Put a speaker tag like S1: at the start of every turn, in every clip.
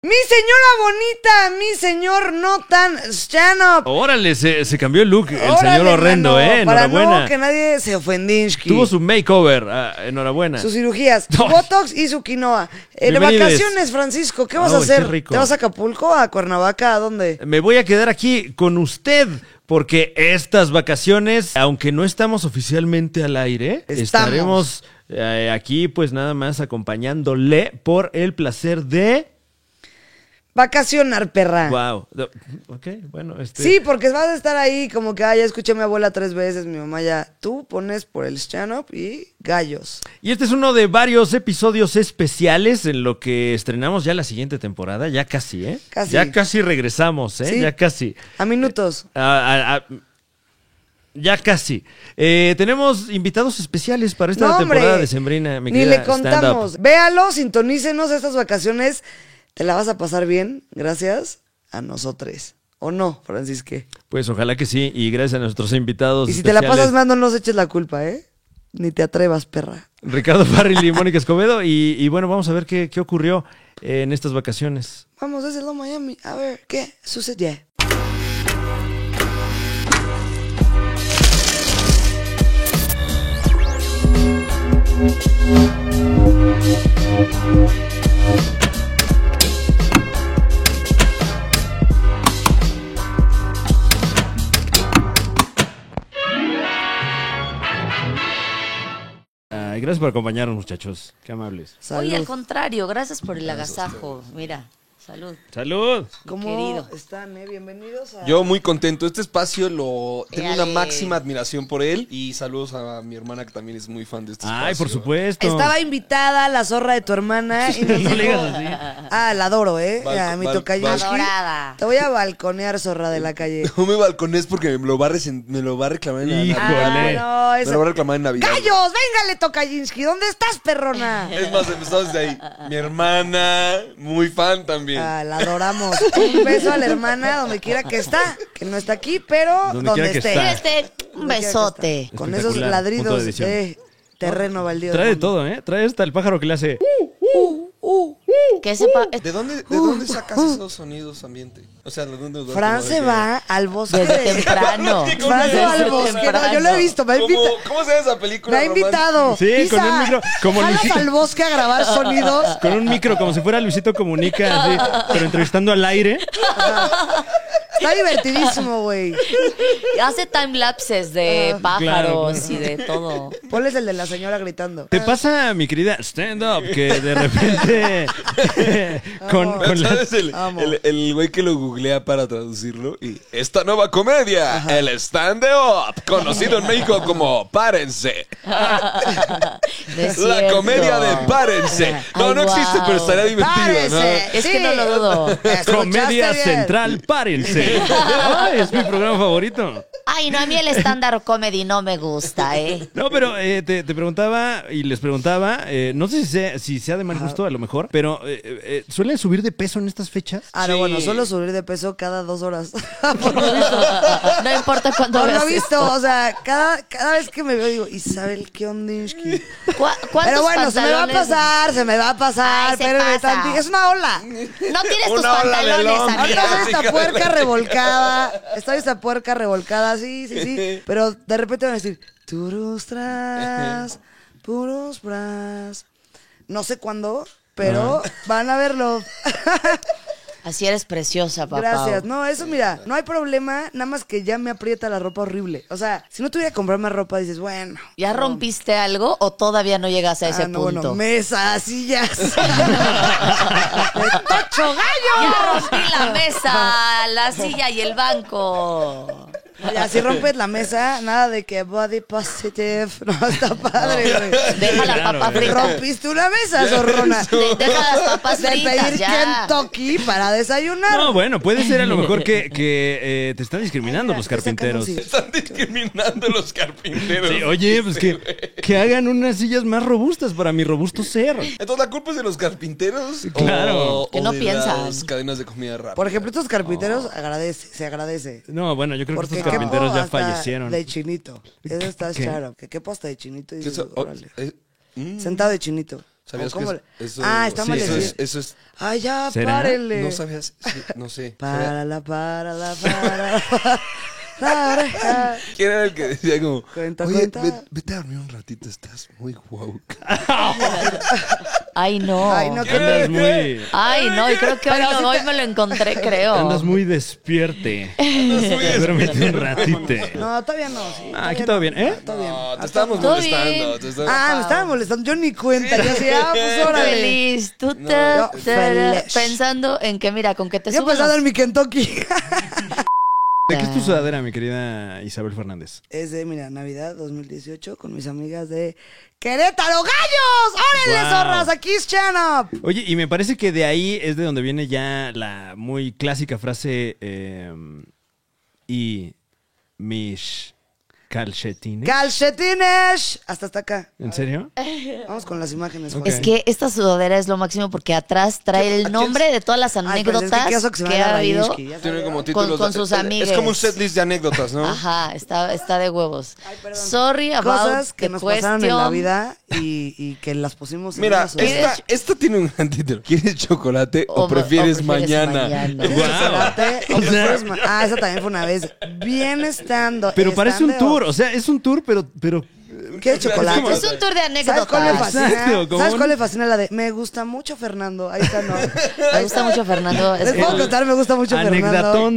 S1: Mi señora bonita, mi señor no tan Shanop.
S2: Órale, se, se cambió el look, el
S1: Órale,
S2: señor horrendo,
S1: mano,
S2: ¿eh?
S1: Para
S2: Enhorabuena.
S1: no que nadie se ofendinski.
S2: Tuvo su makeover, ah, enhorabuena.
S1: sus cirugías, su
S2: Ay.
S1: Botox y su quinoa. Eh, de
S2: Bienvenides.
S1: vacaciones, Francisco, ¿qué vas a
S2: Ay, qué
S1: hacer?
S2: rico.
S1: ¿Te vas a Acapulco, a Cuernavaca, a dónde?
S2: Me voy a quedar aquí con usted porque estas vacaciones, aunque no estamos oficialmente al aire,
S1: Estamos.
S2: estaremos eh, aquí pues nada más acompañándole por el placer de...
S1: Vacacionar, perra.
S2: Wow. Ok, bueno, este...
S1: Ah. Sí, porque vas a estar ahí como que, ay, ya escuché a mi abuela tres veces, mi mamá ya. Tú pones por el stand-up y gallos.
S2: Y este es uno de varios episodios especiales en lo que estrenamos ya la siguiente temporada, ya casi, ¿eh?
S1: Casi.
S2: Ya casi regresamos, ¿eh?
S1: Sí.
S2: Ya casi.
S1: A minutos.
S2: Ah, ah, ah, ya casi. Eh, tenemos invitados especiales para esta
S1: No,
S2: temporada
S1: hombre,
S2: de Sembrina.
S1: Ni le contamos. Véalo, sintonícenos estas vacaciones. Te la vas a pasar bien, gracias a nosotros. ¿O no, Francisque?
S2: Pues ojalá que sí, y gracias a nuestros invitados.
S1: Y si te la
S2: especiales,
S1: pasas mal, no nos eches la culpa, ¿eh? Ni te atrevas, perra.
S2: Ricardo Farril y Mónica Escobedo. Y, y bueno, vamos a ver qué, qué ocurrió en estas vacaciones.
S1: Vamos desde lo Miami a ver qué sucede.
S2: Ay, gracias por acompañarnos, muchachos. Qué amables.
S3: Oye, al
S1: Salud.
S3: contrario, gracias por el agasajo. Mira, salud.
S2: ¡Salud!
S3: mi
S1: ¿Cómo
S3: Querido.
S1: están, eh? Bienvenidos a...
S4: Yo muy contento. Este espacio lo tengo una
S3: Éale.
S4: máxima admiración por él y saludos a mi hermana que también es muy fan de este espacio.
S2: Ay, por supuesto.
S1: Estaba invitada la zorra de tu hermana y nos
S2: No le
S1: dijo-
S2: digas así.
S1: Ah, la adoro, ¿eh?
S4: Balco-
S1: a mi
S4: bal-
S1: tocayuski.
S3: Adorada.
S1: Te voy a balconear, zorra de la calle.
S4: No me balcones porque me lo va a, resen- me lo va a reclamar en
S2: Híjole.
S4: Navidad.
S1: Ah, no,
S4: Me
S1: esa-
S4: lo va a reclamar en Navidad.
S1: ¡Gallos! ¡Véngale, Tokayinsky! ¿Dónde estás, perrona?
S4: Es más, empezamos desde ahí. Mi hermana, muy fan también.
S1: Ah, la adoramos. Un beso a la hermana, donde quiera que está. Que no está aquí, pero
S2: Donde
S1: donde,
S2: quiera que
S1: esté.
S2: está.
S3: Este, un
S1: Donde quiera que
S3: besote.
S1: está. Con esos
S2: Espectacular. Punto
S1: ladridos
S2: de edición.
S1: de terreno baldío.
S2: Trae de todo, ¿eh? Trae hasta el pájaro que le hace.
S3: Que este, sepa.
S4: ¿De dónde, de dónde sacas esos sonidos ambiente? O sea, ¿de dónde los vas
S1: Uh, Fran
S4: tomando?
S1: se va al bosque.
S3: Desde
S1: de-
S3: temprano.
S1: Fran se va al
S3: Desde
S1: bosque. No, yo
S3: temprano.
S1: lo he visto. Me ha
S4: ¿Cómo,
S1: invitado.
S4: ¿Cómo se llama esa película?
S1: Me ha
S4: romántica?
S1: invitado.
S2: Sí, con un micro- como
S1: jalas
S2: Luisito.
S1: al bosque a grabar sonidos.
S2: Con un micro, como si fuera Luisito Comunica, así, pero entrevistando al aire.
S1: Está divertidísimo, güey.
S3: Hace time lapses de
S4: Ah.
S3: pájaros
S2: claro.
S3: y de todo.
S1: Ponles el de la señora gritando.
S2: ¿Te pasa, mi querida stand-up, que de repente con,
S1: Oh.
S4: Pero,
S2: con la-
S4: ¿Sabes el,
S1: Amo.
S4: el- el güey que lo googlea para traducirlo? Y esta nueva comedia, el stand-up, conocido en México como Párense.
S3: No es
S4: La
S3: cierto.
S4: comedia de Párense. No,
S3: Ay,
S4: no existe,
S3: wow.
S4: pero estaría divertido, ¿no?
S3: Es que no lo dudo.
S1: Escuchaste
S2: Comedia
S1: bien.
S2: Central, párense. Ay, es mi programa favorito.
S3: Ay, no, a mí el estándar comedy no me gusta, ¿eh?
S2: No, pero eh, te, te preguntaba y les preguntaba, eh, no sé si sea, si sea de mal gusto a lo mejor, pero eh, eh, ¿suelen subir de peso en estas fechas?
S1: Ah, no,
S4: Sí.
S1: bueno, solo subir de peso cada dos horas. Por lo visto.
S3: No importa cuándo
S1: Por lo
S3: veas
S1: visto,
S3: esto.
S1: o sea, cada, cada vez que me veo digo, Isabel, ¿qué onda? Ishki?".
S3: ¿Cu- ¿Cuántos
S1: Pero bueno, se me va a
S3: pantalones-
S1: pasar, se me va a pasar,
S3: Ay, se
S1: espérenme
S3: pasa.
S1: tantito. Es una ola.
S3: No tienes tus
S4: Una ola de
S3: pantalones, amiga.
S4: lompa.
S1: Atrás de
S4: hija
S1: esta
S4: de
S1: puerca
S4: la-
S1: revolcada. Estoy esta puerca revolcada, sí, sí, sí. Pero de repente van a decir, turus tras, puros bras. No sé cuándo, pero van a verlo.
S3: Así eres preciosa, papá.
S1: Gracias. No, eso mira, no hay problema, nada más que ya me aprieta la ropa horrible. O sea, si no tuviera que comprar más ropa, dices, bueno.
S3: ¿Ya rompiste algo o todavía no llegas a ese
S1: ah, no,
S3: punto?
S1: bueno, mesas, sillas. ¡Tocho
S3: Ya
S1: gallo!
S3: rompí la mesa, la silla y el banco.
S1: Ya, si rompes la mesa, nada de que body positive. No, está padre, güey.
S3: Deja la
S2: Claro,
S3: papa
S2: güey.
S3: frita.
S1: Rompiste una mesa, zorrona.
S3: De- Deja las papas
S1: De pedir
S3: fritas ya.
S1: Kentucky para desayunar.
S2: No, bueno, puede ser a lo mejor que, que, eh, te están discriminando los
S1: estoy sacando
S2: carpinteros.
S1: sillas.
S4: Están discriminando los carpinteros.
S2: Sí, oye, pues que, que hagan unas sillas más robustas para mi robusto ser.
S4: Entonces, ¿la culpa es de los carpinteros?
S2: Claro.
S4: O,
S3: Que
S4: o
S3: no
S4: de
S3: piensan.
S4: las cadenas de comida rápida.
S1: Por ejemplo, estos carpinteros
S3: Oh.
S1: agradece, se agradece.
S2: No, bueno, yo creo que
S1: Porque
S2: estos carpinteros
S1: quepo
S2: ya
S1: hasta
S2: fallecieron.
S1: De chinito. Eso está
S2: ¿Qué?
S1: claro. Que qué hasta de chinito. y
S4: Que
S1: dices,
S4: eso- o-
S1: órale.
S4: eh, mm.
S1: Sentado de chinito.
S4: ¿Sabías
S1: ¿Cómo
S4: que
S1: le-
S4: es- eso,
S1: Ah, está
S4: sí,
S1: mal
S4: eso
S1: decir.
S4: es, eso es-
S1: Ay, ya,
S2: ¿Será?
S1: párenle.
S4: No sabías, sí, no sé. ¿Sabías?
S1: Párala, párala, párala, párala. La oreja.
S4: ¿Quién era el que decía como,
S1: Cuenta,
S4: oye,
S1: cuenta.
S4: ve- vete a dormir un ratito, estás muy guau.
S3: Ay, no.
S1: Ay, no, qué
S2: Andas muy,
S3: Ay, no, y creo que hoy,
S1: Pero
S3: no-
S1: sí
S3: hoy
S1: te-
S3: me lo encontré, creo.
S2: andas muy despierte. Duérmete un ratite.
S1: No, todavía no. Sí,
S2: Ah, aquí
S1: no.
S2: todo bien, ¿eh?
S1: Está bien.
S4: No, te
S1: Ah,
S4: estábamos
S3: todo bien.
S4: molestando. te estábamos-
S1: Ah, me estaba molestando. Yo ni cuenta. Yo así, ah, pues órale.
S3: Feliz, tú te,
S1: yo
S3: te-
S1: feliz.
S3: pensando en que mira, con que te
S1: Yo
S3: subas
S1: pensando en mi Kentucky.
S2: ¿De qué es tu sudadera, mi querida Isabel Fernández?
S1: Es de, mira, Navidad 2018 con mis amigas de Querétaro Gallos. ¡Órale,
S2: Wow.
S1: zorras! Aquí es Chanop.
S2: Oye, y me parece que de ahí es de donde viene ya la muy clásica frase eh, y mis calcetines.
S1: Calcetines. Hasta hasta acá.
S2: ¿En serio?
S1: Eh, Vamos con las imágenes.
S2: Ok.
S1: Juan.
S3: Es que esta sudadera es lo máximo porque atrás trae el nombre de todas las
S1: Ay, pero es
S3: anécdotas
S1: qué oso
S3: que,
S1: me haga
S3: ha habido.
S1: Rayushki, ya
S4: Tiene
S1: sabía.
S4: como
S3: Con-
S4: títulos.
S3: con
S4: de-
S3: sus
S4: Es como un
S3: amigues.
S4: setlist de anécdotas, ¿no?
S3: Ajá, está, está de huevos.
S1: perdón.
S3: Sorry about
S1: Cosas que
S3: the
S1: nos
S3: question.
S1: pasaron en la vida y, y que las pusimos en
S4: Mira,
S1: una sola.
S4: esta, esta tiene un gran título. ¿Quieres chocolate o,
S3: O- o
S4: prefieres
S3: prefieres
S4: mañana?
S3: mañana.
S1: ¿Quieres
S2: Guau.
S1: chocolate o
S2: O sea-
S1: prefieres ma- Ah, esa también fue una vez. Bien estando.
S2: Pero parece un tour, o sea, es un tour, pero, pero
S1: ¿Quieres chocolate?
S3: Es un tour de
S1: ¿Sabes cuál le
S3: anécdotas.
S1: fascina?
S2: Exacto, como
S1: ¿Sabes
S2: un-
S1: cuál le fascina? La de Me gusta mucho Fernando. Ahí está, no.
S3: Me gusta mucho Fernando. es
S1: Les puedo
S3: como-
S1: contar, me gusta mucho Fernando.
S2: Anecdatón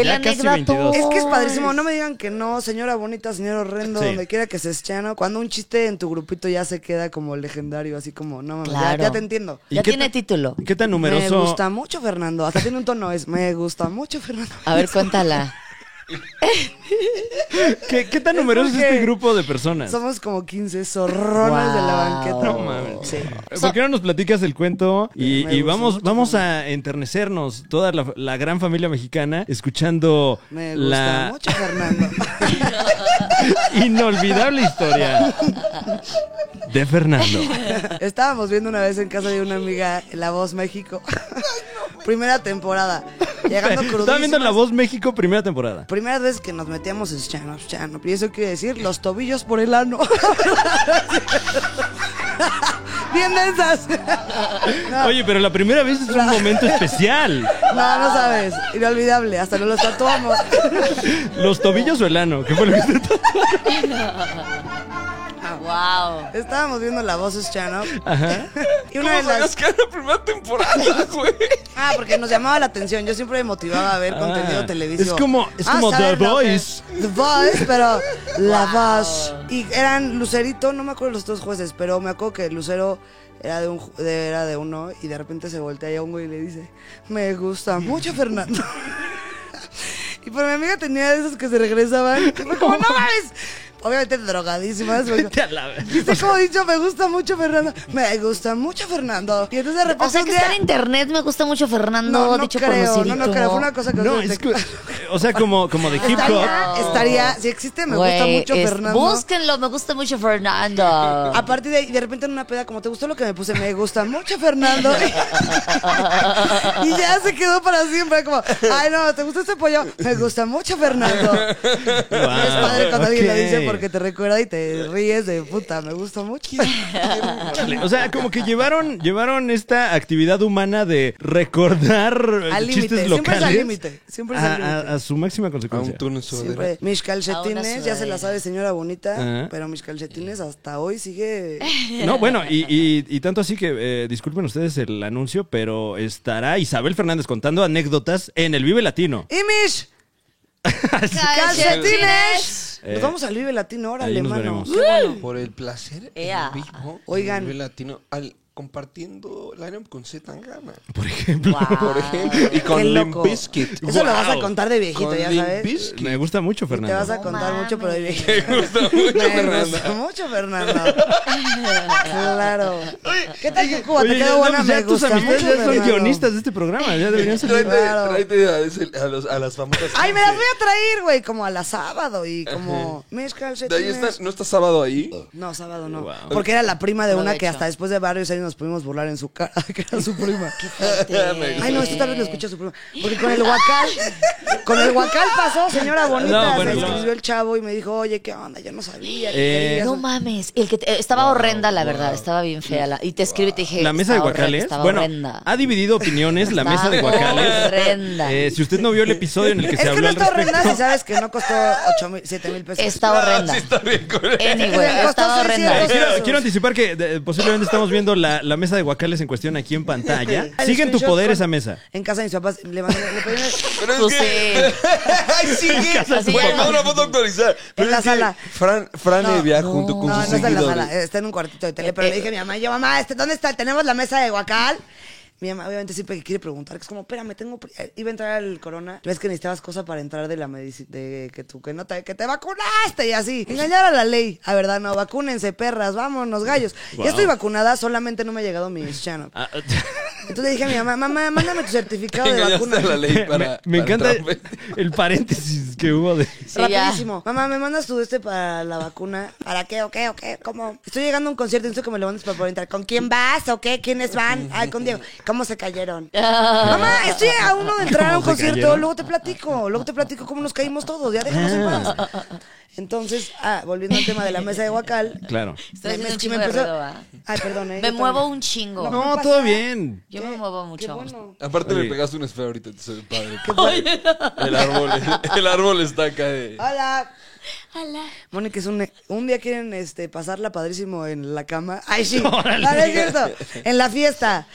S3: El
S2: ya casi
S3: anecdatón.
S2: 22.
S1: Es que es padrísimo, no me digan que no, señora bonita, señor horrendo,
S2: Sí.
S1: donde quiera que seas chano. Cuando un chiste en tu grupito ya se queda como legendario, así como, no mames, ya-
S3: Claro.
S1: ya te entiendo.
S2: ¿Y
S3: Ya
S2: qué
S3: tiene
S2: tan-
S3: título.
S2: ¿Qué tan numeroso?
S1: Me gusta mucho Fernando. Hasta tiene un tono, es me gusta mucho Fernando.
S3: A ver, cuéntala.
S2: ¿Qué, qué tan numeroso es
S1: porque-
S2: este grupo de personas?
S1: Somos como 15 zorrones de la
S3: Wow.
S1: banqueta.
S2: No mames.
S1: Sí.
S2: ¿Por qué no nos platicas el cuento? Y,
S1: Me
S2: y
S1: gusta
S2: vamos,
S1: mucho,
S2: vamos a enternecernos, toda la, la gran familia mexicana, escuchando
S1: Me gusta
S2: la
S1: mucho Fernando.
S2: inolvidable historia de Fernando.
S1: Estábamos viendo una vez en casa de una amiga La Voz México. Primera temporada. Llegando
S2: Estaba viendo
S1: crudísimas.
S2: La Voz México primera temporada.
S1: Primera vez que nos metíamos en Chanop, Chanop. Y eso quiere decir los tobillos por el ano. Bien densas. No.
S2: Oye, pero la primera vez es un momento especial.
S1: No, no sabes. Inolvidable. Hasta nos los tatuamos.
S2: Los tobillos o el ano, ¿qué fue lo que te
S3: Wow.
S1: Estábamos viendo La Voz Chanop.
S2: Ajá.
S1: Y
S4: ¿Cómo
S1: una de las.
S4: sabías que era la primera temporada, güey?
S1: Ah, porque nos llamaba la atención. Yo siempre me motivaba a ver
S2: Ah,
S1: contenido televisivo.
S2: es como- es como
S1: a ver
S2: The
S1: lo que-
S2: Voice.
S1: The Voice, pero La
S3: Wow.
S1: Voz. Y eran Lucerito, no me acuerdo los dos jueces, pero me acuerdo que Lucero era de, un, ju- de- era de uno y de repente se voltea y a un güey y le dice, me gusta mucho Fernando. Y pero mi amiga tenía de esos que se regresaban. Y fue como, no mames. Obviamente drogadísimas. güey.
S2: Vete a la ver-
S1: Viste como dicho, me gusta mucho Fernando. Me gusta mucho Fernando. Y entonces de repente
S3: O sea
S1: un
S3: que
S1: día-
S3: está en internet, me gusta mucho Fernando,
S1: no, no
S3: dicho por
S1: creo,
S3: Lucerito.
S1: no, no creo, fue una cosa que
S2: No,
S1: no
S2: es que- o sea, como, como de hip hop.
S1: estaría, estaría, si existe, me gusta
S3: Güey,
S1: mucho
S3: es-
S1: Fernando.
S3: Búsquenlo, me gusta mucho Fernando.
S1: A partir de ahí, de repente en una peda, como te gustó lo que me puse, me gusta mucho Fernando. y ya se quedó para siempre, como, ay no, ¿te gusta este pollo? Me gusta mucho Fernando.
S2: Wow,
S1: es padre cuando alguien lo
S2: ok.
S1: dice porque te recuerda y te ríes de puta, me gusta mucho.
S2: Chale, O sea, como que llevaron, llevaron esta actividad humana de recordar eh,
S1: Al límite,
S2: chistes
S1: siempre es
S2: locales
S1: al límite, siempre es al
S2: a- a,
S1: límite.
S2: a su máxima
S4: A un
S2: consecuencia.
S4: turno
S1: Siempre, mis calcetines, ya se
S3: sudadera.
S1: la sabe señora bonita,
S2: Ajá.
S1: pero mis calcetines hasta hoy sigue...
S2: No, bueno, y, y- y tanto así que eh, disculpen ustedes el anuncio, pero estará Isabel Fernández contando anécdotas en el Vive Latino.
S1: Y mis... Ah,
S3: Calcetines.
S1: ¡Calcetines!
S2: Eh,
S1: nos vamos al Vive Latino, órale,
S2: ahí nos
S1: mano.
S2: veremos.
S1: Qué bueno.
S4: Por el placer
S3: Ea.
S4: en vivo.
S1: Oigan.
S4: en el latino, al, compartiendo line-up con Z Tangana.
S2: Por ejemplo,
S4: Por ejemplo. Y
S1: Qué
S4: con Limp
S1: loco.
S4: Bizkit.
S1: Eso lo vas a
S2: Wow.
S1: contar de viejito,
S4: Con
S1: ya
S4: Limp
S1: sabes.
S4: Bizkit.
S2: me gusta mucho,
S1: Y te vas
S2: Fernando.
S1: a contar
S3: No
S1: mucho, pero de
S3: mames.
S1: viejito. Me gusta
S4: mucho,
S1: gusta mucho, Fernando. claro. ¿Qué tal que Cuba?
S2: Oye,
S1: te quedó
S2: no,
S1: buena,
S2: pues ya
S1: me
S2: tus
S1: gusta
S2: amistades
S1: mucho,
S2: ya son
S1: Fernando.
S2: guionistas de este programa, ya deberían ser.
S4: Tráete,
S1: Claro.
S4: tráete a, ese- a los- a las famosas.
S1: Ay, me las voy a traer, güey, como a la sábado y como... Mis
S4: De ahí está,
S1: calcetines.
S4: ¿No está sábado ahí?
S1: No, sábado no.
S2: Wow.
S1: Porque era la prima de una que
S3: Aprovecha.
S1: hasta después de varios años nos pudimos burlar en su cara que era su prima.
S4: Me-
S1: Ay, no, esto tal vez lo escucha su prima. Porque con el huacal, con el huacal pasó, señora bonita.
S2: No, bueno,
S1: se
S2: no.
S1: escribió el chavo y me dijo, oye, ¿qué onda? Yo no sabía.
S2: Eh,
S1: que querías
S3: No
S1: un-
S3: mames, el que te- eh, estaba horrenda la verdad, estaba bien fea la- y te escribí y te dije,
S2: La mesa de
S3: "Está horrenda,
S2: guacales,
S3: estaba
S2: bueno, ah,
S3: horrenda".
S2: ha dividido opiniones la mesa de
S3: Está
S2: guacales.
S3: horrenda.
S2: Eh, si usted no vio el episodio en el que
S1: es
S2: se
S1: que
S2: habló
S1: no
S2: al
S1: está horrenda si
S2: respecto,
S1: sabes que no costó 8 mil, 7 mil pesos.
S3: está
S4: Ah,
S3: horrenda.
S4: sí está bien culero.
S1: Me
S3: Anyway,
S1: costó 600
S3: estaba horrenda.
S1: pesos.
S2: Eh, quiero, quiero anticipar que eh, posiblemente estamos viendo la, la mesa de guacales en cuestión aquí en pantalla.
S1: El
S2: Sigue en tu
S1: screenshot
S2: poder
S1: con-
S2: esa mesa.
S1: En casa de mis papás le mandé, le pedí una-
S4: Pero es
S3: Pues
S4: que. Ay, sí, que.
S3: Así
S4: Bueno,
S3: ya no.
S4: no la puedo actualizar. Pero
S1: la
S4: es que
S1: sala.
S4: Fran, Fran
S1: No,
S4: Evia
S3: no.
S4: junto con
S1: No, no
S4: sus
S1: está en la
S4: seguidores.
S1: sala, Eh, está en un cuartito de tele, pero
S3: Eh,
S1: le dije a mi mamá, y yo, mamá, este, ¿dónde está? Tenemos la mesa de guacal. Mi mamá obviamente siempre que quiere preguntar, que es como, espérame, tengo... pri- eh, Iba a entrar al corona. Ves que necesitabas cosas para entrar de la medicina, de que tú, que no te, que te vacunaste y así. Engañar a la ley. A verdad, no, vacúnense, perras, vámonos, gallos.
S2: Wow.
S1: Ya estoy vacunada, solamente no me ha llegado mi channel.
S2: Ah,
S1: Entonces le dije a mi mamá, mamá, mándame tu certificado de
S4: Engañaste
S1: vacuna.
S4: a la ley para.
S2: me, me
S4: para
S2: encanta
S4: entrar.
S2: el paréntesis que hubo de...
S3: Sí, ya.
S1: Rapidísimo. Mamá, ¿me mandas tú este para la vacuna? ¿Para qué? ¿O qué? ¿O qué? ¿Cómo? Estoy llegando a un concierto, necesito que me lo mandes para poder entrar. ¿Con quién vas? ¿O qué? ¿Quiénes van? Ay, con Diego. ¿Cómo se cayeron?
S3: Ah.
S1: Mamá, estoy a uno de entrar a un
S2: ¿Cómo se
S1: concierto.
S2: cayeron?
S1: Luego te platico. Luego te platico cómo nos caímos todos. Ya déjanos en paz. Entonces, ah, volviendo al tema de la mesa de Huacal.
S2: Claro.
S3: Estoy
S1: me-
S3: haciendo un
S1: es que
S3: chingo
S1: me
S3: de
S1: empezó-
S3: ruido, ¿va?
S1: Ay, perdón. eh,
S3: Me
S1: yo
S3: muevo
S1: también.
S3: un chingo.
S1: No,
S2: No, todo bien.
S3: Yo me muevo mucho.
S1: Qué bueno.
S4: Aparte,
S2: Oye.
S4: le pegaste un esfera ahorita, entonces, padre. El árbol, el árbol está acá de.
S1: Hola.
S3: Ala.
S1: Mónica, es un, un día quieren este, pasarla padrísimo en la cama. Ay, sí.
S2: Órale.
S1: Ah, no es cierto. En la fiesta.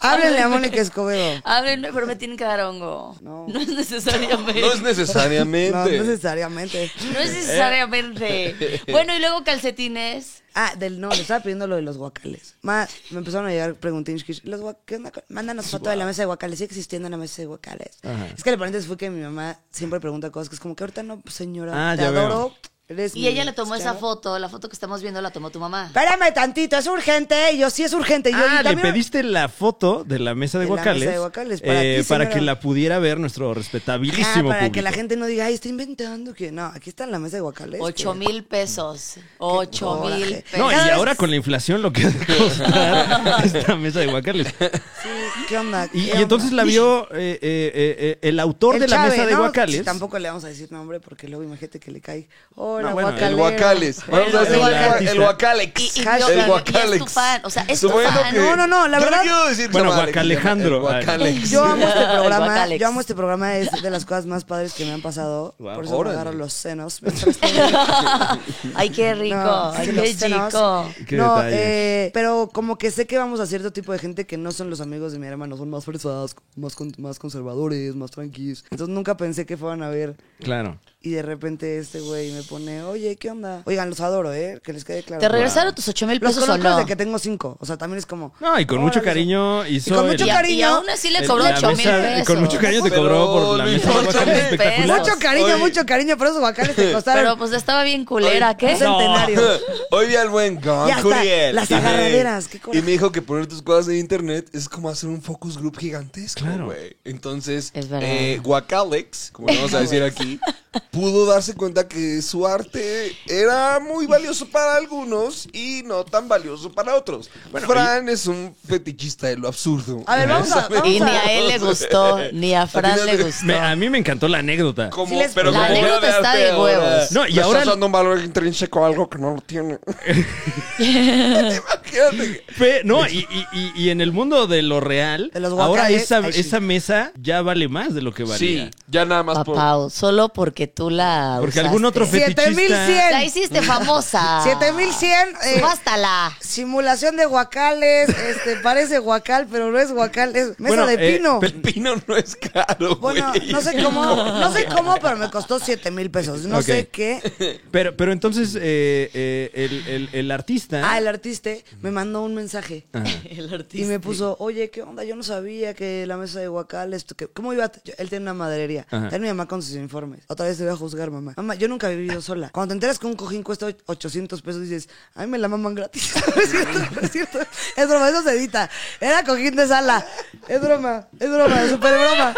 S1: Háblenle a Mónica Escobedo.
S3: Ábrenme, pero me tienen que dar hongo.
S1: No.
S3: No, es necesariamente.
S4: No es necesariamente.
S1: No, no necesariamente.
S3: No es necesariamente. Bueno, y luego calcetines.
S1: Ah, del no, le estaba pidiendo lo de los guacales. Más, me empezaron a llegar preguntines. que, Los guac- ¿qué onda con- Mándanos foto de la mesa de guacales. Sigue existiendo la mesa de guacales. Es que el paréntesis fue que mi mamá siempre pregunta cosas que es como que ahorita no, señora.
S2: Ah,
S1: te
S2: ya veo.
S1: adoro. Eres
S3: Y
S1: mi-
S3: ella le tomó esa
S1: claro.
S3: foto, la foto que estamos viendo la tomó tu mamá.
S1: Espérame tantito, es urgente. Y yo sí es urgente. Y yo, y
S2: Ah, le
S1: también-
S2: pediste la foto de la mesa de
S1: De la
S2: guacales.
S1: mesa de guacales, para
S2: eh,
S1: ti,
S2: para
S1: señora.
S2: que la pudiera ver nuestro
S1: Ah,
S2: respetabilísimo
S1: para que
S2: público.
S1: la gente no diga, ay, está inventando. que No, aquí está en la mesa de guacales.
S3: Ocho
S1: que-
S3: mil pesos. Ocho
S1: coraje.
S3: mil pesos.
S2: No, y
S1: Cada vez-
S2: ahora con la inflación lo que ha de costar esta mesa de guacales.
S1: Sí, ¿Qué onda?
S2: Y,
S1: ¿Qué
S2: y
S1: onda?
S2: entonces la vio eh, eh, eh, eh, el autor
S1: El
S2: de la
S1: Chave,
S2: mesa de
S1: ¿no?
S2: guacales.
S1: Sí, tampoco le vamos a decir nombre porque luego imagínate que le cae. Hola,
S2: No, bueno, el
S4: El
S1: guacalero.
S4: Guacales. Vamos a
S3: El
S4: decir
S2: Guacales.
S4: el Guacalex.
S3: Y- y- y-
S1: Hashtag.
S4: el
S1: y- y
S4: Guacalex.
S3: es tu fan, o sea, es tu
S4: Bueno
S3: fan.
S4: que-
S1: No, no, no, la
S4: Yo
S1: verdad-
S4: quiero decir
S2: Bueno,
S4: Guacalex,
S2: Guacalejandro.
S4: el Guacalex.
S1: Yo amo este
S3: El
S1: programa.
S3: guacalex.
S1: Yo amo este programa. Es de las cosas más padres que me han pasado.
S2: Guau,
S1: por eso me
S4: órale.
S1: agarro los senos. mientras estoy-
S3: Ay, qué rico.
S1: No,
S3: ay,
S1: sí,
S3: qué
S1: los senos.
S3: chico.
S2: Qué
S1: no,
S2: detalle.
S1: eh, pero como que sé que vamos a cierto tipo de gente que no son los amigos de mi hermano, son más fresadas, más, con- más conservadores, más tranquilos. Entonces nunca pensé que fueran a ver.
S2: Claro.
S1: Y de repente este güey me pone, oye, ¿qué onda? Oigan, los adoro, ¿eh? Que les quede claro.
S3: ¿Te regresaron tus ocho mil
S1: Los
S3: pesos o
S1: conozco
S3: no?
S1: desde que tengo cinco. O sea, también es como.
S2: No, y con mucho
S1: órale,
S2: cariño
S1: y
S2: hizo.
S1: con
S2: el-
S1: mucho
S3: Y, a- y
S1: cariño.
S3: aún así le
S2: el-
S3: cobró
S2: la
S3: ocho mil
S2: mesa-
S3: pesos.
S2: Con mucho cariño te
S4: Pero
S2: cobró por la mesa
S4: lo
S2: de
S4: importante-
S2: guacales espectacular.
S1: Mucho cariño,
S4: Oye.
S1: mucho cariño, pero esos guacales te
S3: Pero
S1: costaron
S3: pues estaba bien culera, ¿qué?
S1: un centenario.
S4: Hoy vi al buen Gon
S1: Ya está,
S4: Curiel.
S1: las
S4: Y me-
S1: agarraderas, qué coraje.
S4: Y me dijo que poner tus cosas en internet es como hacer un focus group gigantesco,
S2: Claro.
S4: güey. Entonces,
S3: Es verdad.
S4: eh, Guacalex, como le vamos a decir aquí, pudo darse cuenta que su arte era muy valioso para algunos y no tan valioso para otros. Fran es un fetichista de lo absurdo.
S1: A ver, vamos a.
S3: Y
S1: Vamos
S3: ni
S1: a
S3: a él le gustó, ni a
S4: A ti
S3: Fran
S4: no
S3: le
S4: te-
S3: gustó.
S2: Me- a mí me encantó la anécdota.
S4: Como,
S1: Sí les-
S4: pero
S1: la
S4: como obra
S3: anécdota está
S4: arte
S3: de
S4: ahora.
S3: huevos.
S2: No, y
S4: Le
S2: ahora-
S4: Estás dando un valor intrínseco a algo que no lo tiene. Imagínate que-
S2: Fe- no, y, y- y- y en el mundo de lo real,
S1: De los
S2: ahora
S1: guacales,
S2: esa,
S1: ay, sí.
S2: esa mesa ya vale más de lo que valía.
S4: Sí, ya nada más por.
S3: Papau, solo porque tú la
S2: Porque
S3: usaste.
S2: algún otro fetichista...
S1: 7100.
S3: La hiciste famosa.
S1: 7100. eh,
S3: Bástala.
S1: Simulación de guacales, este, parece guacal, pero no es guacal, es mesa
S2: Bueno,
S1: de
S2: eh,
S1: pino.
S4: El pino no es caro, güey.
S1: bueno, no sé cómo, no sé cómo, pero me costó 7 mil pesos. No
S2: Ok.
S1: sé qué.
S2: Pero, pero entonces eh, eh, el, el- el artista...
S1: Ah, el artista me mandó un mensaje.
S2: Ajá.
S3: El
S1: Y
S3: artista.
S1: me puso, oye, ¿qué onda? Yo no sabía que la mesa de guacal, esto, que, ¿cómo iba? a- yo- él tiene una maderería.
S2: Ajá.
S1: Tiene mi mamá con sus informes. Otra vez te voy a juzgar, mamá. Mamá, yo nunca he vivido sola. Cuando te enteras que un cojín cuesta och- 800 pesos, dices, ay, me la maman gratis. no es cierto, no es cierto. Es broma, eso se edita. Era cojín de sala. Es broma, es broma, es súper broma.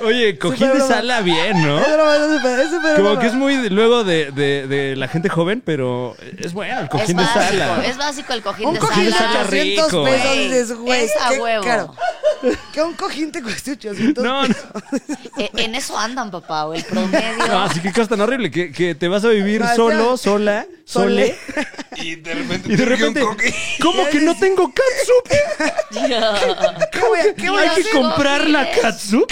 S2: Oye, cojín
S1: Súper
S2: de
S1: broma.
S2: sala bien, ¿no?
S1: Es broma, es súper- es súper
S2: Como
S1: broma.
S2: que es muy de- luego de, de- de la gente joven, pero es bueno el cojín
S3: es
S2: de
S3: básico,
S2: sala.
S3: es básico el cojín
S1: Un
S3: de
S1: cojín de
S2: sala
S3: sala.
S1: 800
S2: rico.
S1: pesos
S3: Güey,
S1: dices, güey,
S3: es a
S1: qué
S3: huevo.
S1: caro. Que un cojín te cueste 800
S2: No, no,
S3: Eh, En eso andan, papá, o el promedio.
S2: no, así que cosa tan horrible que, que te vas a vivir
S1: Vaya.
S2: solo, sola, sole,
S1: Sole.
S4: Y de repente,
S2: y de repente, ¿cómo que no tengo catsup?
S1: ¿Qué voy a- qué voy a
S2: Hay que
S1: hacer?
S2: comprar la catsup.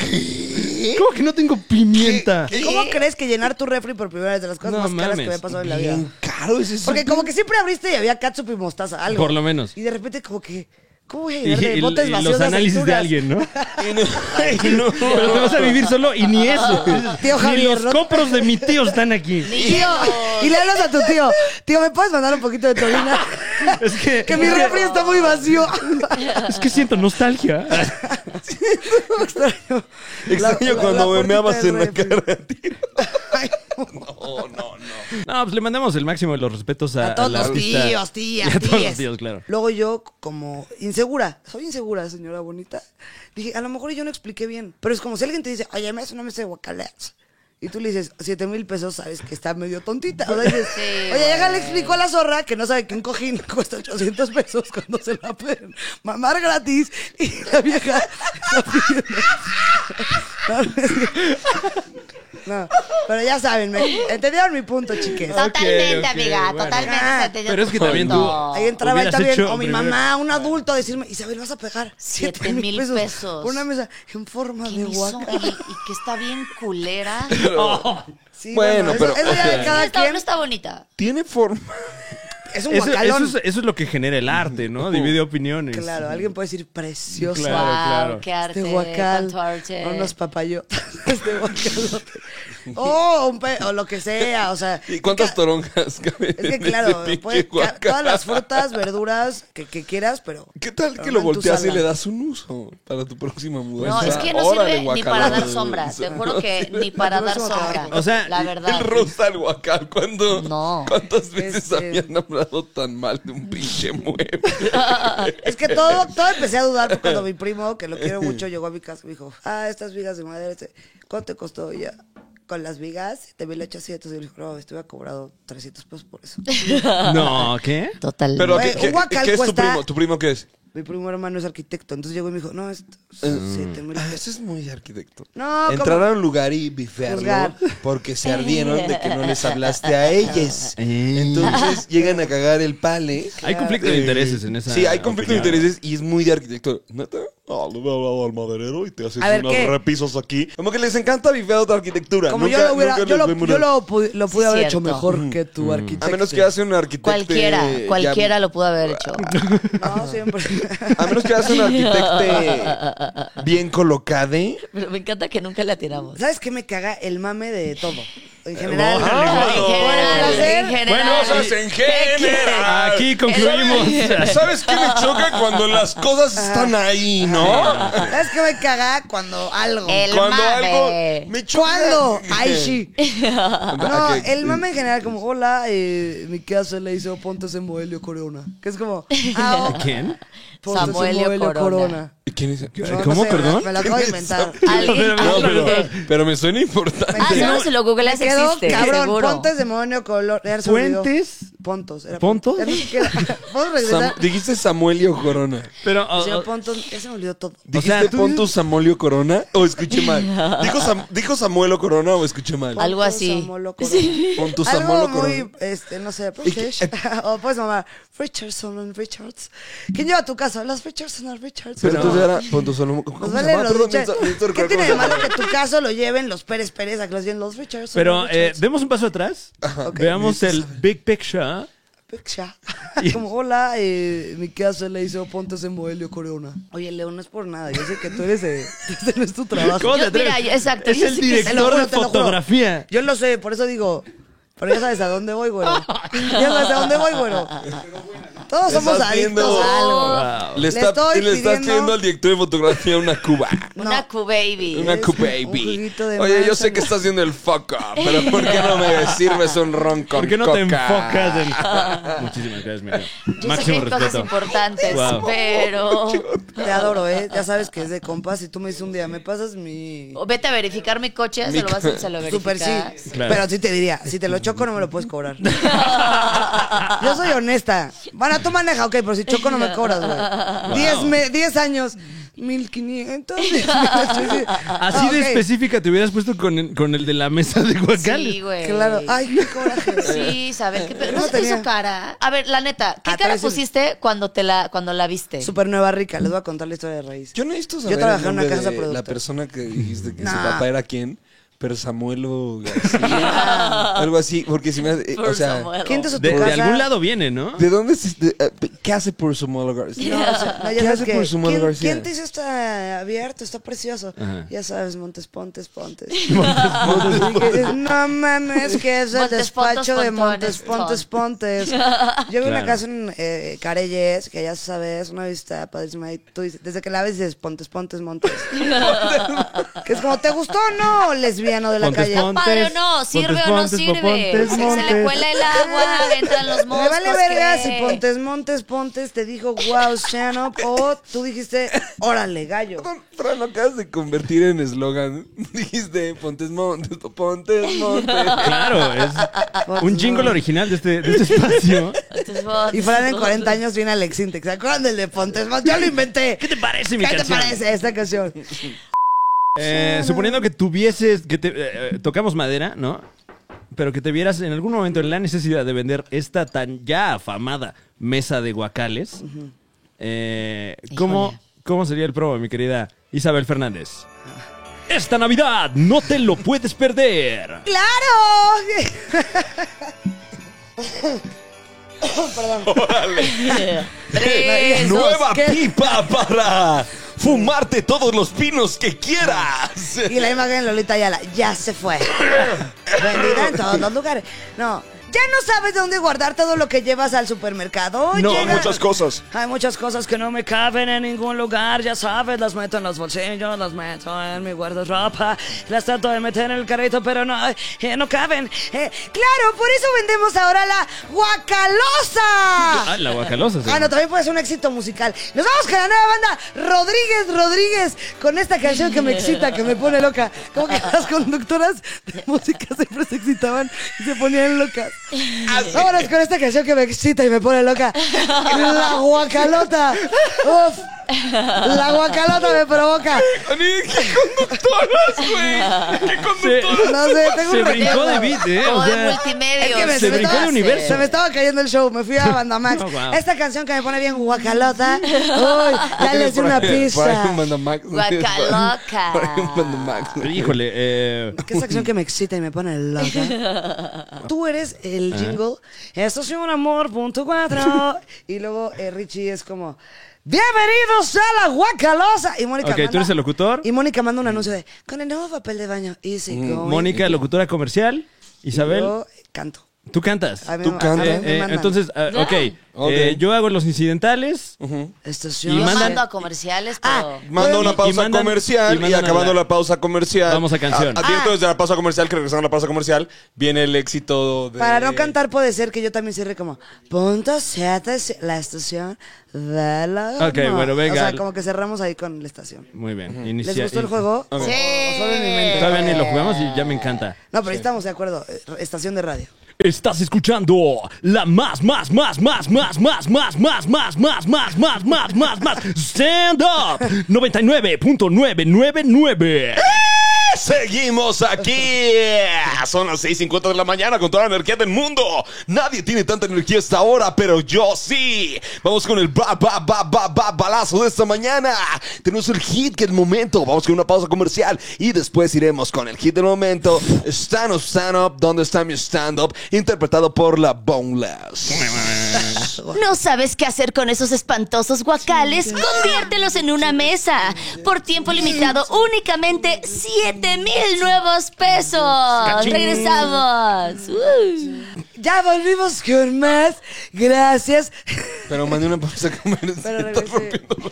S2: ¿Cómo que no tengo pimienta?
S4: ¿Qué?
S1: ¿Cómo crees que llenar tu refri por primera vez de las cosas
S2: Eh, No
S1: más caras que
S2: mames.
S1: me ha pasado en la vida?
S4: Bien caro es eso.
S1: Porque como que siempre abriste y había catsup y mostaza, algo.
S2: Por lo menos.
S1: Y de repente como que, ¿cómo voy a
S2: Y,
S1: llenar de
S2: y-
S1: botes
S2: y
S1: vacíos
S2: los
S1: de
S2: análisis de
S1: aceitunas?
S2: alguien, ¿no?
S4: Y no- y no.
S2: Pero te vas a vivir solo y ni eso.
S1: Tío
S2: ni
S1: Javier,
S2: los
S1: ¿no?
S2: copros de mi tío están aquí.
S1: Tío, y le hablas a tu tío. Tío, ¿me puedes mandar un poquito de tolina?
S2: Es que,
S1: que mi
S2: es,
S1: refri está muy vacío.
S2: que, es que siento nostalgia.
S1: Extraño.
S4: Extraño cuando me
S1: meabas
S4: meabas en la cara, tío.
S1: Ay, no.
S4: No, no, no.
S2: No, pues le mandamos el máximo de los respetos a,
S1: A todos
S2: la
S1: los
S2: artista.
S1: tíos, tías,
S2: Y a todos los
S1: tíes.
S2: tíos, claro.
S1: Luego yo, como insegura, soy insegura, señora bonita. Dije, a lo mejor yo no expliqué bien. Pero es como si alguien te dice, ay, a mí eso no me sé guacaleas. Y tú le dices, siete mil pesos, sabes que está medio tontita. O sea, dices,
S3: Sí,
S1: oye, ya le explicó a la zorra que no sabe que un cojín cuesta 800 pesos cuando se la pueden mamar gratis. Y la vieja está pidiendo. No, pero ya saben, me- entendieron mi punto, chiques.
S3: Totalmente,
S2: Ok, ok,
S3: amiga,
S2: bueno.
S3: totalmente.
S1: Ah,
S3: se te dio
S2: pero es
S3: tu
S2: que también
S3: punto.
S2: tú-
S1: Ahí entraba y
S2: Hubieras
S1: también,
S2: hecho
S1: o mi
S2: primero-
S1: mamá, un adulto, decirme, Isabel, vas a pegar
S3: Siete
S1: 7
S3: mil pesos.
S1: Por una mesa en forma
S3: Que
S1: de
S3: ni son- y,
S1: guaca.
S3: y que está bien culera.
S2: Oh,
S1: Sí,
S4: Bueno, pero-
S1: Eso, eso ya de
S4: o sea-
S1: cada
S3: Esta-
S1: quien.
S3: No está bonita.
S4: Tiene forma.
S1: Es un
S2: Eso,
S1: guacalón.
S2: eso es, eso es lo que genera el arte,
S4: Uh.
S2: ¿no? Divide opiniones.
S1: Claro, alguien puede decir, precioso.
S2: Claro,
S3: wow,
S2: claro.
S3: qué arte.
S1: este guacal.
S3: cuánto arte.
S1: Unos papayotas. Este guacalote. O, un pe- o lo que sea, o sea.
S4: ¿Y cuántas
S1: ca-
S4: toronjas caben?
S1: Es que
S4: en
S1: claro,
S4: ese pinche
S1: puede ca-
S4: guacal?
S1: todas las frutas, verduras que, que quieras, pero.
S4: ¿Qué tal
S1: pero
S4: que
S1: no
S4: lo
S1: en tu
S4: volteas y
S1: sala.
S4: le das un uso para tu próxima
S3: No,
S4: mudanza?
S3: es que no
S4: Órale,
S3: sirve ni para
S4: guacalón.
S3: dar sombra. Te juro que ni para dar sombra.
S2: O sea,
S3: la verdad.
S4: El rosa al guacal, ¿cuándo?
S3: No.
S4: ¿Cuántas veces
S1: Este-
S4: habían hablado tan mal de un pinche mueble?
S1: Es que todo, todo empecé a dudar fue cuando mi primo, que lo quiero mucho, llegó a mi casa y me dijo, ah, estas vigas de madera, este, ¿cuánto te costó? Y ya, con las vigas, 7,800. Y yo le dije, no, me estuve cobrado 300 pesos por eso.
S2: No, ¿qué?
S3: Total.
S4: Pero,
S1: Güey,
S4: ¿qué,
S1: un
S4: qué-
S1: guacal
S4: qué es tu
S1: cuesta-
S4: primo? ¿Tu primo qué es?
S1: mi primo hermano es arquitecto, entonces llegó y me dijo, no, es 7,000
S4: Ah,
S1: pesos.
S4: eso es muy arquitecto.
S1: No, ¿cómo?
S4: Entrar a un lugar y bifearlo
S1: Juzgar.
S4: porque se ardieron de que no les hablaste a ellas. Entonces llegan a cagar el pale.
S2: Eh. Hay conflicto de
S4: Eh,
S2: intereses en esa.
S4: Sí, hay conflicto de
S2: opinión.
S4: intereses y es muy de arquitecto. ¿Neta? Ah, le he hablado al maderero y te haces
S1: A ver,
S4: unos
S1: ¿qué?
S4: repisos aquí. Como que les encanta bifear otra arquitectura.
S1: Como yo
S4: Ah, Nunca-
S1: lo hubiera,
S4: nunca
S1: yo
S4: les
S1: lo,
S4: ven una-
S1: yo lo pude, lo pude
S3: Sí,
S1: haber
S3: cierto.
S1: hecho mejor que tu arquitecto.
S4: Mm. A menos que hace un arquitecto.
S3: Cualquiera, cualquiera lo pudo haber hecho.
S1: No, siempre.
S4: A menos que hace un arquitecto bien colocade.
S3: Pero me encanta que nunca la tiramos.
S1: ¿Sabes qué me caga? El mame de todo. En general. pues,
S2: órale,
S1: Pueden hacer-
S2: Bueno, o sea,
S4: en general.
S2: Aquí
S1: Eh,
S2: concluimos.
S4: ¿Sabes qué me choca cuando las cosas están ahí, no?
S1: ¿Sabes qué me caga cuando algo?
S3: El
S4: cuando
S3: mame.
S4: algo me choca.
S1: ¿Cuándo? Ay, sí. No,
S3: Ah,
S4: que-
S1: el mame en general, como, hola, eh, mi casa le hizo Pontes en Moelio Corona. Que es como, ah, oh,
S2: ¿Quién?
S1: Pontes en
S3: Samuelio
S1: Moelio
S3: Corona.
S1: Corona.
S4: ¿Quién es?
S1: No, no
S2: ¿Cómo,
S1: sé,
S2: perdón?
S1: Me lo acabo de inventar. Ah,
S3: Alguien-
S2: No, pero-
S3: alguien-
S4: Pero me suena importante.
S3: Ah, solo si lo
S1: Me
S3: googleas
S1: quedó,
S3: existe,
S1: cabrón,
S3: seguro.
S1: Pontes de Moelio Corona. Ya se olvidó.
S2: ¿Fuentes?
S1: Pontos. era
S2: ¿Pontos?
S1: Ya no sé qué era. ¿Puedo
S4: Sam- ah,
S1: regresar?
S4: ¿Dijiste Samuelio Corona?
S2: Pero, oh, o-
S1: Señor
S2: o-
S1: Pontos, ya se me olvidó todo.
S4: ¿Dijiste
S2: sea, tú-
S4: Pontus Samuelio Corona? ¿O escuché mal? ¿Dijo, Sam- dijo Samuelo Corona o escuché mal?
S3: Algo
S1: Pontos
S3: así.
S1: Amolo Corona.
S3: Sí.
S4: Pontus Samuelo
S1: Algo
S4: Corona.
S1: muy, este, no sé,
S4: Y que-
S1: British. o pues mamá, Richardson and Richards. ¿Quién lleva tu casa? Los Richardson and Richards.
S4: Pero
S1: No.
S4: entonces era Pontus Samuelo Corona.
S1: Nos
S4: ¿Cómo se
S1: valen
S4: llama?
S1: los
S4: Perdón,
S1: Richards.
S4: Néstor- Néstor,
S1: ¿Qué tiene de
S4: ¿cómo se
S1: malo
S4: llama?
S1: que tu caso lo lleven los Pérez Pérez a que los lleven los Richards?
S2: pero eh, demos un paso atrás. Veamos el big picture. Y-
S1: Como, hola, eh, mi casa le hizo Pontes en Moelio Corona. Oye, León, no es por nada. Yo sé que tú eres. eh, este no es tu trabajo.
S2: ¿Cómo te
S3: Yo- mira,
S2: atreves?
S3: yo- exacto,
S2: Es
S3: yo
S2: el
S3: sí que-
S1: Te lo
S2: director
S1: juro,
S2: de
S1: te lo juro.
S2: fotografía.
S1: Yo lo sé, por eso digo. Pero ya sabes a dónde voy, güero. Ya sabes a dónde voy, güero. Todos
S4: Le
S1: somos
S4: estás
S1: adictos
S4: viendo-
S1: a algo.
S2: Wow.
S4: Le,
S1: Le
S4: está-
S1: estoy
S4: y le estás
S1: pidiendo-
S4: pidiendo al director de fotografía una cuba.
S3: Una
S1: No.
S3: Q-Baby.
S4: Una
S1: Es
S4: cuba,
S1: un
S4: baby.
S1: juguito de
S4: Oye, yo sé
S1: manzana.
S4: que estás haciendo el fuck up, pero ¿por qué no me sirves un ron con
S2: ¿Por qué no te
S4: coca?
S2: enfocas en.? Muchísimas gracias, Miriam.
S3: Yo sé que
S2: Máximo
S3: hay cosas
S2: respeto.
S3: importantes,
S2: Wow.
S3: pero...
S1: Te adoro, ¿eh? Ya sabes que es de compas. Si tú me dices un día, me pasas mi.
S3: O Vete a verificar mi coche,
S4: Mi
S3: se lo vas
S4: co-
S3: a se lo
S1: Super sí.
S3: verificas.
S2: Claro.
S1: Pero sí te diría, si te lo choco no me lo puedes cobrar. Yo soy honesta. Bueno, tú maneja, ok, pero si choco no me cobras, güey. 10 me- 10 años, 1500. 10,000.
S2: Así
S1: Ah,
S2: de
S1: ok.
S2: específica te hubieras puesto con el, con el de la mesa de guacales.
S3: Sí, güey.
S1: Claro. Ay, qué coraje.
S3: Sí, saber qué pe-
S1: Yo
S3: ¿No
S1: no
S3: se te hizo
S1: tenía.
S3: cara? A ver, la neta, ¿qué
S1: Ah,
S3: cara
S1: traes un-
S3: pusiste cuando te la cuando la viste?
S1: Super Nueva Rica, les voy a contar la historia de raíz.
S4: Yo necesito saber
S1: Yo trabajé
S4: el
S1: en una
S4: nombre
S1: casa
S4: de
S1: productora.
S4: la persona que dijiste que su
S1: Nah.
S4: papá era quién, pero Samuelo García. algo así, porque si me... eh,
S3: Ah, Por
S4: o sea,
S3: Samuel.
S1: ¿Quién te su
S2: De,
S1: tu
S2: de
S1: casa?
S2: algún lado viene, ¿no?
S4: ¿de dónde es? de- eh, ¿Qué hace por Samuelo García?
S1: No, o sea, no, ya
S4: ¿Qué
S1: sabes
S4: hace
S1: que-
S4: por Samuel
S1: ¿quién,
S4: García?
S1: quién te hizo está abierto? Está precioso.
S2: Ajá.
S1: Ya sabes, Montes Pontes Pontes. Dije, no mames, que es el
S3: Montes,
S1: despacho
S3: Pontos,
S1: de Montes
S3: Pontones,
S1: Pontes Pontes. Yo vi una casa en eh, Careyes, que ya sabes, una vista padrísima. Y tú dices, desde que la ves dices Pontes Pontes Montes. que es como, ¿te gustó o no, lesbiano de la
S2: Pontes,
S1: calle?
S2: Pontes.
S3: Padre o no,
S2: Montes,
S3: sirve o no
S2: Montes,
S3: sirve.
S2: Montes,
S3: Si se le
S2: Montes.
S3: cuela el agua, entran los moscos.
S1: Me vale verga
S3: ¿qué?
S1: si Pontes Montes Pontes te dijo wow, Shannon, o tú dijiste, órale, gallo.
S4: Perdón, Fran, lo acabas de convertir en eslogan. Dijiste, Pontes Montes, Pontes Montes.
S2: Claro, es un jingle original de este, de este espacio.
S3: Entonces, vos-
S1: Y Fran en 40 años viene Alex Sintek. ¿Se acuerdan del de Pontes Montes? Yo lo inventé.
S2: ¿Qué te parece, mi
S1: ¿Qué te
S2: canción?
S1: parece esta canción?
S2: Eh, suponiendo que tuvieses, que te, eh, eh, tocamos madera, ¿no? Pero que te vieras en algún momento en la necesidad de vender esta tan ya afamada mesa de guacales. Eh, ¿cómo,
S3: Híjole.
S2: ¿Cómo sería el promo, mi querida Isabel Fernández? Esta Navidad no te lo puedes perder.
S1: ¡Claro!
S3: Tres, dos.
S4: Nueva pipa para fumarte todos los pinos que quieras.
S1: Y la imagen de Lolita Ayala, ya se fue. Vendida en todos los lugares. No, ¿ya no sabes dónde guardar todo lo que llevas al supermercado?
S4: No,
S1: Llega-
S4: muchas cosas.
S1: Hay muchas cosas que no me caben en ningún lugar, ya sabes, las meto en los bolsillos, las meto en mi guardarropa, las trato de meter en el carrito, pero no, eh, no caben. Eh, claro, por eso vendemos ahora la guacalosa.
S2: Ah, la guacalosa. sí.
S1: Ah, no, también puede ser un éxito musical. Nos vamos con la nueva banda Rodríguez Rodríguez con esta canción que me excita, que me pone loca. Como que las conductoras de música siempre se excitaban y se ponían locas. Vámonos con esta canción que me excita y me pone loca. La guacalota. Uf. La guacalota me provoca.
S4: ¿Qué conductoras, güey? ¿Qué
S2: Se,
S1: No sé, tengo
S2: se
S1: un
S2: brincó
S1: recuerdo.
S2: de beat, ¿eh?
S3: O
S2: O
S3: de
S2: sea,
S3: multimedia.
S1: Es que me-
S2: Se brincó
S1: estaba,
S2: de universo.
S1: ah, se me estaba cayendo el show, me fui a Banda Max.
S2: Oh, wow.
S1: Esta canción que me pone bien guacalota. Uy,
S2: Ah,
S1: ya les di una pista.
S3: Guacaloca.
S2: híjole, eh,
S1: Que esa canción que me excita y me pone loca. Tú eres el jingle. Esto es un amor, punto cuatro. Y luego eh, Richie es como, bienvenidos a la guacalosa. Y Mónica
S2: Ok, ¿tú
S1: manda-
S2: eres el locutor? Mm,
S1: Y Mónica manda un anuncio de, con el nuevo papel de baño. Easy going".
S2: Mónica, locutora comercial. Isabel,
S1: Yo canto.
S2: tú cantas.
S1: A mí
S4: Tú
S1: me- a
S4: cantas.
S1: mí
S2: Eh,
S1: me
S2: eh,
S1: mandan.
S2: entonces, ah, ok.
S4: Ok.
S2: Eh, yo hago los incidentales.
S1: Estación.
S3: Yo
S2: Y mandan-
S3: mando a comerciales,
S1: Ah,
S3: pero...
S4: Mando
S2: Y- y
S4: una pausa
S2: mandan- y
S4: comercial y,
S2: mandan a
S4: acabando
S2: la-
S4: la... pausa comercial.
S2: Vamos a canción.
S4: a- advierto
S1: Ah.
S4: desde la pausa comercial que regresando a la pausa comercial viene el éxito de.
S1: Para no cantar puede ser que yo también cierre como punto siete, si- la estación de la
S2: Ok, bueno, venga.
S1: O sea, como que cerramos ahí con la estación.
S2: Muy bien.
S1: ¿Les
S2: Inicia-
S1: gustó el
S2: in-
S1: juego?
S3: Sí.
S2: Todavía ni lo jugamos y ya me encanta.
S1: No, pero ahí estamos de acuerdo. Eh, Estación de radio.
S2: Estás escuchando la más, más, más, más, más, más, más, más, más, más, más, más, más, más, más, stand up 99.999.
S4: Seguimos aquí. Son las 6:50 de la mañana con toda la energía del mundo. Nadie tiene tanta energía hasta ahora, pero yo sí. Vamos con el ba ba ba ba ba balazo de esta mañana. Tenemos el hit del momento. Vamos con una pausa comercial y después iremos con el hit del momento. Stand up, stand up. ¿Dónde está mi stand up? Interpretado por la Boneless.
S3: ¿No sabes qué hacer con esos espantosos guacales? Conviértelos en una mesa. Por tiempo limitado, únicamente 7 mil nuevos pesos. Regresamos. Uh.
S1: Ya volvimos con más. Gracias.
S4: Pero mandé una pausa
S1: Pero
S4: comercial. Está
S1: regresé.
S4: rompiendo-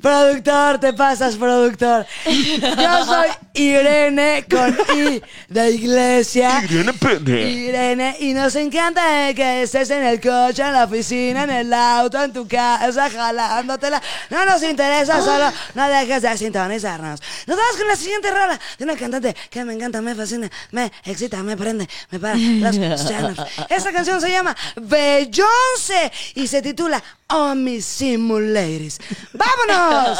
S1: Productor, te pasas, productor. Yo soy Irene con I de iglesia.
S4: Irene Pérez.
S1: Irene, y nos encanta eh, que estés en el coche, en la oficina, en el auto, en tu casa, jalándotela. No nos interesa, solo no dejes de sintonizarnos. Nos vamos con la siguiente rola de una cantante que me encanta, me fascina, me excita, me prende, me para los senos. Esta canción se llama Beyoncé y se titula Oh, mis simulators. ¡Vámonos!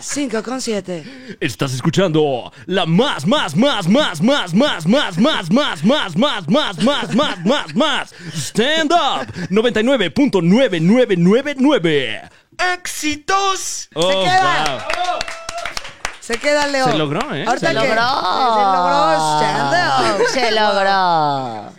S1: 5 con 7.
S2: Estás escuchando la más, más, más, más, más, más, más, más, más, más, más, más, más, más, más, más. Stand up 99.9999.
S4: ¡Éxitos!
S2: Oh,
S1: queda.
S2: wow.
S1: Se queda Leo.
S2: Se logró, ¿eh?
S1: Ahorita
S2: Se
S1: que-
S3: logró.
S1: Se logró. stand up.
S3: Se logró.